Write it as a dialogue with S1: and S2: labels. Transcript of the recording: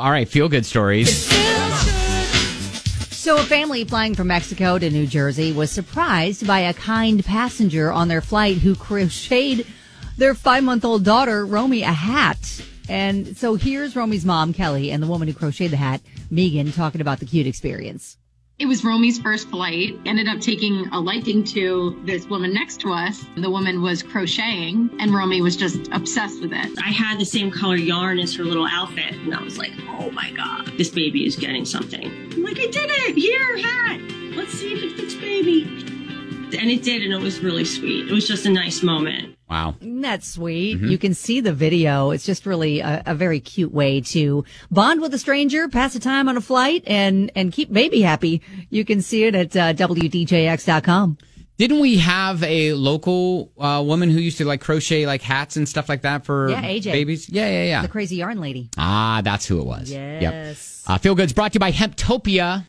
S1: All right, feel good stories.
S2: So, a family flying from Mexico to New Jersey was surprised by a kind passenger on their flight who crocheted their five month old daughter, Romy, a hat. And so, here's Romy's mom, Kelly, and the woman who crocheted the hat, Megan, talking about the cute experience.
S3: It was Romy's first flight. Ended up taking a liking to this woman next to us. The woman was crocheting, and Romy was just obsessed with it.
S4: I had the same color yarn as her little outfit, and I was like, oh my God, this baby is getting something. I'm like, I did it! Here, hat! Let's see if it fits baby. And it did, and it was really sweet. It was just a nice moment.
S1: Wow.
S2: Isn't that sweet? You can see the video. It's just really a, a very cute way to bond with a stranger, pass the time on a flight, and, and keep baby happy. You can see it at uh, WDJX.com.
S1: Didn't we have a local uh, woman who used to like crochet like hats and stuff like that for
S2: Yeah, AJ.
S1: babies? Yeah, yeah, yeah.
S2: The crazy yarn lady.
S1: Ah, that's who it was. Yep.
S2: Yes.
S1: Uh, Feel Good's brought to you by Hemptopia.